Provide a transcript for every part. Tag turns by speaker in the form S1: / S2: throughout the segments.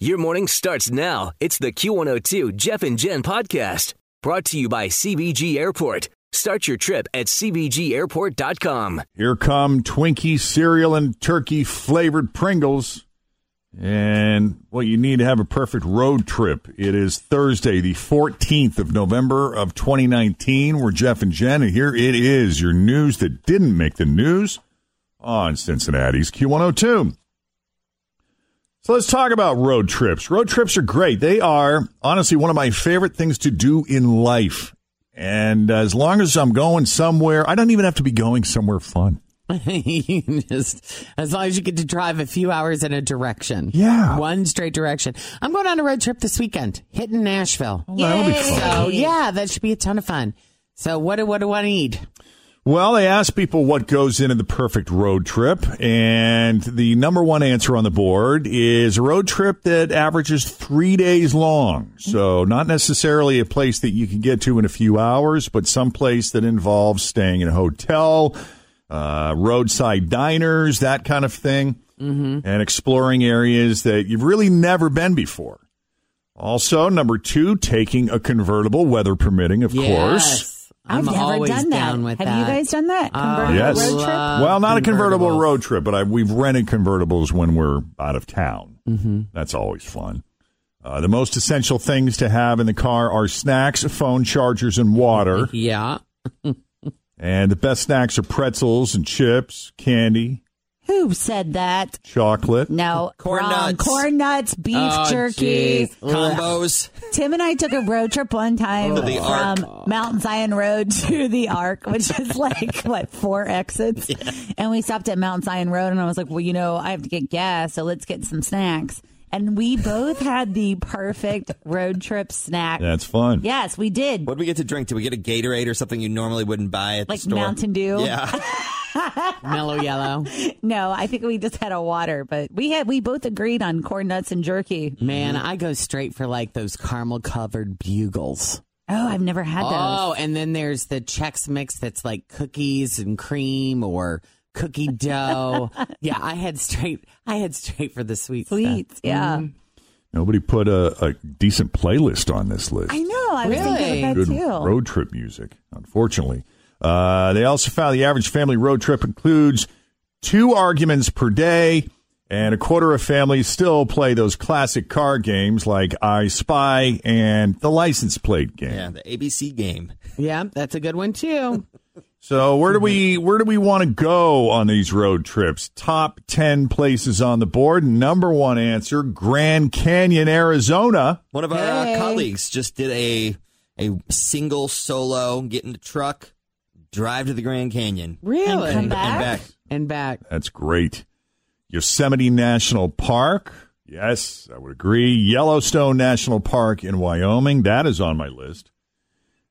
S1: Your morning starts now. It's the Q102 Jeff and Jen podcast brought to you by CBG Airport. Start your trip at CBGAirport.com.
S2: Here come Twinkie cereal and turkey flavored Pringles. And well, you need to have a perfect road trip. It is Thursday, the 14th of November of 2019. We're Jeff and Jen, and here it is your news that didn't make the news on Cincinnati's Q102. So let's talk about road trips. Road trips are great. They are honestly one of my favorite things to do in life. And as long as I'm going somewhere, I don't even have to be going somewhere fun.
S3: you just as long as you get to drive a few hours in a direction.
S2: Yeah.
S3: One straight direction. I'm going on a road trip this weekend, hitting Nashville.
S4: Oh,
S2: Well, Oh, that'll be fun.
S3: So yeah, that should be a ton of fun. So what do what do I need?
S2: Well, they asked people what goes into the perfect road trip, and the number one answer on the board is a road trip that averages three days long. So, not necessarily a place that you can get to in a few hours, but some place that involves staying in a hotel, uh, roadside diners, that kind of thing, and exploring areas that you've really never been before. Also, number two, taking a convertible, weather permitting, of course.
S3: Yes. I'm
S4: I've never
S3: always
S4: done that.
S3: down with
S4: Have
S3: that. Uh,
S4: you guys done that? Convertible
S2: Yes.
S4: road trip?
S3: Love
S2: well, not a convertible
S3: convertibles.
S2: road trip, but I, we've rented convertibles when we're out of town. Mm-hmm. That's always fun. Uh, the most essential things to have in the car are snacks, phone chargers, and water.
S3: Yeah.
S2: and the best snacks are pretzels and chips, candy,
S4: Who said that?
S2: chocolate.
S4: No.
S5: Corn
S4: wrong.
S5: nuts.
S4: Corn nuts, beef
S3: Oh,
S4: jerky.
S3: jeez.
S5: combos.
S4: Tim and I took a road trip one time
S5: Oh, the
S4: from Mount Zion Road to the Ark, which is like, what, four exits? And we stopped at Mount Zion Road, and I was like, well, you know, I have to get gas, so let's get some snacks. And we both had the perfect road trip snack.
S2: That's fun.
S4: Yes, we did.
S5: What did we get to drink? Did we get a Gatorade or something you normally wouldn't buy at
S4: Like
S5: the store?
S4: Mountain Dew?
S5: Yeah.
S3: Mellow yellow.
S4: No, I think we just had a water, but we had we both agreed on corn nuts and jerky.
S3: Man, I go straight for like those caramel covered bugles.
S4: Oh, I've never had those.
S3: Oh, and then there's the Chex Mix that's like cookies and cream or cookie dough. yeah, I had straight I had straight for the sweet stuff.
S4: Sweets, yeah.
S3: Mm-hmm.
S2: Nobody put a, a decent playlist on this list.
S4: I know. I was thinking of that
S2: Good
S4: too.
S2: road trip music, unfortunately. Uh, they also found the average family road trip includes two arguments per day, and a quarter of families still play those classic car games like I Spy and the license plate game.
S5: Yeah, the ABC game.
S3: Yeah, that's a good one too.
S2: So where do we where do we want to go on these road trips? Top ten places on the board. Number one answer: Grand Canyon, Arizona.
S5: One of our uh, colleagues just did a a single solo, get in the truck, drive to the Grand Canyon.
S3: Really?
S4: And come back.
S5: And back.
S3: And back.
S2: That's great. Yosemite National Park. Yes, I would agree. Yellowstone National Park in Wyoming. That is on my list.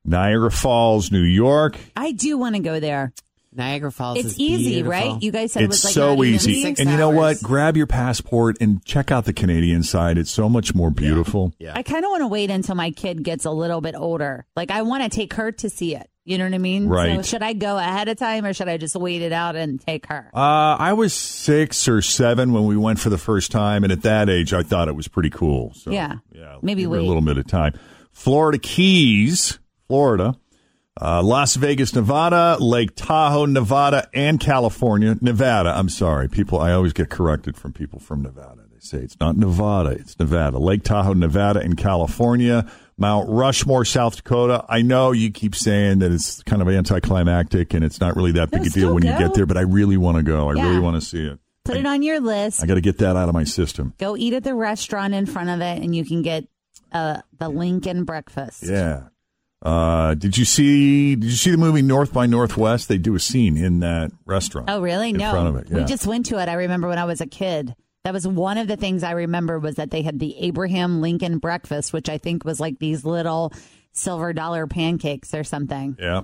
S2: Niagara Falls, New York.
S4: I do want to go there.
S3: Niagara Falls
S4: It's
S3: is
S4: easy,
S3: beautiful.
S4: right? You guys said it
S2: It's
S4: was like not
S2: so
S4: even
S2: easy.
S4: six
S2: And you know
S4: hours.
S2: what? Grab your passport and check out the Canadian side. It's so much more beautiful.
S5: Yeah.
S4: I kind of want to wait until my kid gets a little bit older. Like I want to take her to see it. You know what I mean? So
S2: Right.
S4: should I go ahead of time or should I just wait it out and take her?
S2: Uh, I was six or seven when we went for the first time, and at that age, I thought it was pretty cool. So,
S4: Yeah.
S2: yeah,
S4: Maybe
S2: give her a
S4: wait.
S2: little bit of time. Florida Keys, Florida, uh, Las Vegas, Nevada, Lake Tahoe, Nevada, and California, Nevada. I'm sorry, people. I always get corrected from people from Nevada. They say it's not Nevada, it's Nevada. Lake Tahoe, Nevada, and California. Mount Rushmore, South Dakota. I know you keep saying that it's kind of anticlimactic and it's not really that
S4: No,
S2: big a
S4: still
S2: deal when you
S4: go.
S2: get there, but I really want to go. I
S4: Yeah.
S2: really want to see it.
S4: Put it on your list.
S2: I got to get that out of my system.
S4: Go eat at the restaurant in front of it, and you can get uh, the Lincoln breakfast.
S2: Yeah. Uh, did you see? Did you see the movie North by Northwest? They do a scene in that restaurant.
S4: Oh, really?
S2: In
S4: no.
S2: front of it,
S4: We
S2: yeah.
S4: just went to it. I remember when I was a kid. That was one of the things I remember was that they had the Abraham Lincoln breakfast, which I think was like these little silver dollar pancakes or something.
S2: Yeah.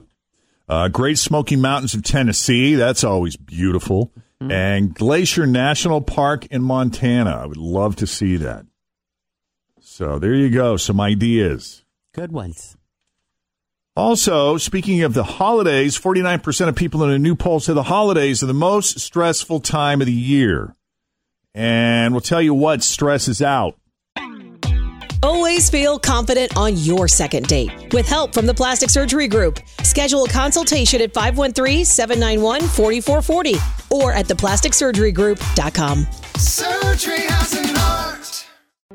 S2: Uh, Great Smoky Mountains of Tennessee. That's always beautiful.
S4: Mm-hmm.
S2: And Glacier National Park in Montana. I would love to see that. So there you go. Some ideas.
S3: Good ones.
S2: Also, speaking of the holidays, 49% of people in a new poll say the holidays are the most stressful time of the year. And we'll tell you what stresses out.
S6: Always feel confident on your second date. With help from the Plastic Surgery Group, schedule a consultation at 513 791 4440 or at theplasticsurgerygroup.com.
S7: Surgery has an art.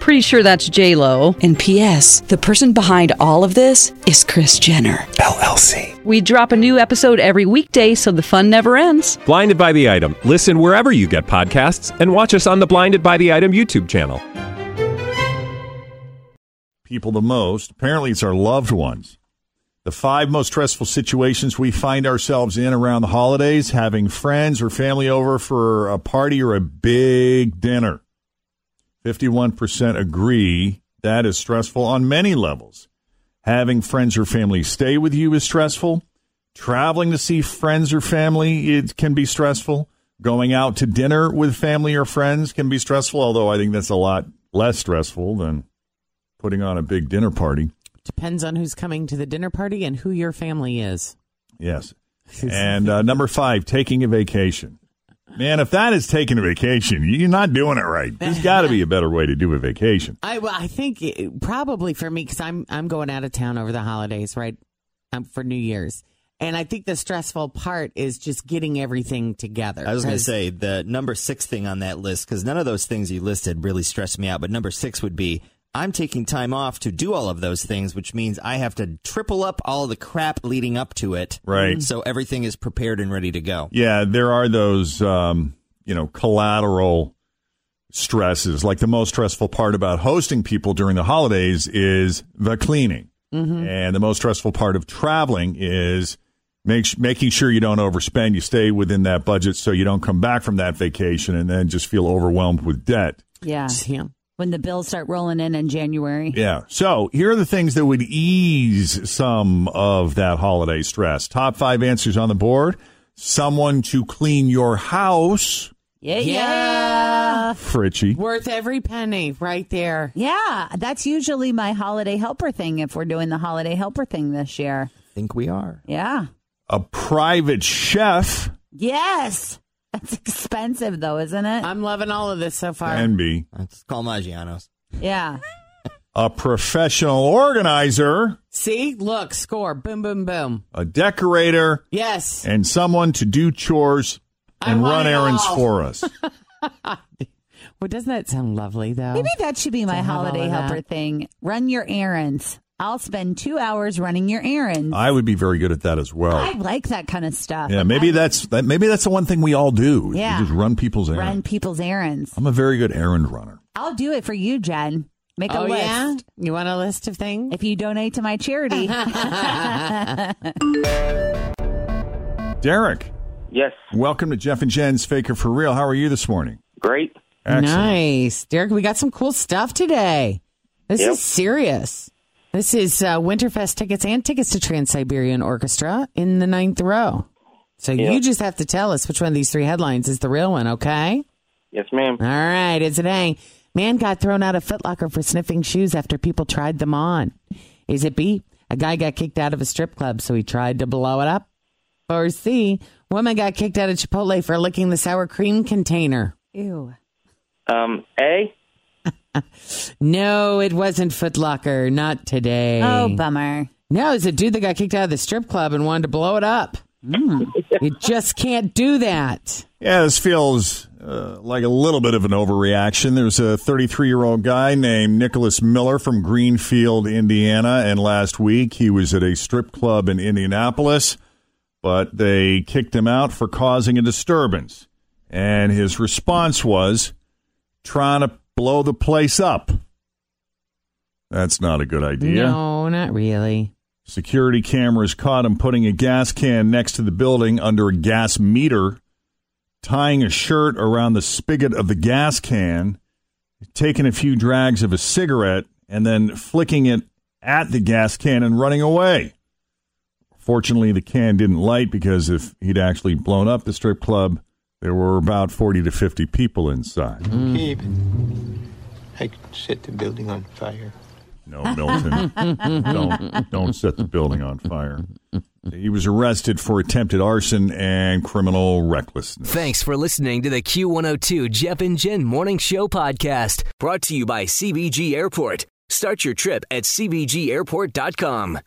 S8: Pretty sure that's J Lo.
S6: And P.S. The person behind all of this is Chris Jenner.
S9: LLC.
S8: We drop a new episode every weekday, so the fun never ends.
S9: Blinded by the item. Listen wherever you get podcasts, and watch us on the Blinded by the Item YouTube channel.
S2: people the most. Apparently, it's our loved ones. The five most stressful situations we find ourselves in around the holidays having friends or family over for a party or a big dinner. 51% agree that is stressful on many levels. Having friends or family stay with you is stressful. Traveling to see friends or family it can be stressful. Going out to dinner with family or friends can be stressful, although I think that's a lot less stressful than putting on a big dinner party.
S3: Depends on who's coming to the dinner party and who your family is.
S2: Yes. And uh, number five, taking a vacation. Man, if that is taking a vacation, you're not doing it right. There's got to be a better way to do a vacation.
S3: I well, I think it, probably for me because I'm I'm going out of town over the holidays, right? Um, for New Year's, and I think the stressful part is just getting everything together.
S5: I was going to
S3: 'Cause-
S5: say the number six thing on that list because none of those things you listed really stressed me out. But number six would be I'm taking time off to do all of those things, which means I have to triple up all the crap leading up to it.
S2: Right.
S5: So everything is prepared and ready to go.
S2: Yeah, there are those, um, you know, collateral stresses. Like the most stressful part about hosting people during the holidays is the cleaning. And the most stressful part of traveling is make, making sure you don't overspend. You stay within that budget so you don't come back from that vacation and then just feel overwhelmed with debt.
S4: Yeah.
S3: Yeah.
S4: When the bills start rolling in in January.
S2: Yeah. So here are the things that would ease some of that holiday stress. Top five answers on the board someone to clean your house,
S4: Yeah. Yeah.
S2: Fritchie.
S3: Worth every penny right there.
S4: Yeah. That's usually my holiday helper thing if we're doing the holiday helper thing this year.
S5: I think we are.
S4: Yeah.
S2: a private chef
S4: Yes. That's expensive though, isn't it?
S3: I'm loving all of this so far.
S2: can be
S5: Let's call Magianos.
S4: yeah.
S2: a professional organizer,
S3: See, look, score, boom, boom, boom.
S2: a decorator,
S3: Yes.
S2: and someone to do chores
S3: I
S2: and
S3: want
S2: run
S3: it
S2: errands
S3: all.
S2: for us.
S3: Well, doesn't that sound lovely though?
S4: Maybe that should be my
S3: have all
S4: holiday
S3: of that.
S4: helper thing. Run your errands. I'll spend two hours running your errands.
S2: I would be very good at that as
S4: I
S2: well.
S4: like that kind of stuff.
S2: Yeah, maybe that's that, maybe that's the one thing we all do. is we
S4: Yeah.
S2: just run people's errands.
S4: Run people's errands.
S2: I'm a very good errand runner.
S4: I'll do it for you, Jen. Make a
S3: Oh
S4: list.
S3: yeah. You want a list of things?
S4: If you donate to my charity.
S2: Derek,
S10: Yes,
S2: welcome to Jeff and Jen's Faker for Real. How are you this morning?
S10: great.
S3: Nice, Derek. We got some cool stuff today. This
S10: Yep.
S3: is serious. This is uh, Winterfest tickets and tickets to Trans Siberian Orchestra in the ninth row. So you
S10: Yep.
S3: just have to tell us which one of these three headlines is the real one, okay?
S10: Yes, ma'am.
S3: All right, is it A? Man got thrown out of Foot Locker for sniffing shoes after people tried them on. Is it B? A guy got kicked out of a strip club, so he tried to blow it up. Or C? Woman got kicked out of Chipotle for licking the sour cream container.
S4: Ew.
S10: Um, A.
S3: No, it wasn't Footlocker. Not today.
S4: Oh, bummer.
S3: No, it's a dude that got kicked out of the strip club and wanted to blow it up.
S4: Mm.
S3: you just can't do that.
S2: Yeah, this feels uh, like a little bit of an overreaction. There's a 33 year old guy named Nicholas Miller from Greenfield, Indiana, and last week he was at a strip club in Indianapolis, but they kicked him out for causing a disturbance. And his response was trying to blow the place up. That's not a good idea.
S3: No, not really.
S2: Security cameras caught him putting a gas can next to the building under a gas meter, tying a shirt around the spigot of the gas can, taking a few drags of a cigarette, and then flicking it at the gas can and running away. Fortunately, the can didn't light because if he'd actually blown up the strip club, there were about 40 to 50 people inside.
S11: Okay, but I could set the building on fire.
S2: No, Milton. don't, don't set the building on fire. He was arrested for attempted arson and criminal recklessness.
S1: Thanks for listening to the Q102 Jeff and Jen Morning Show podcast, brought to you by CBG Airport. Start your trip at CBGAirport.com.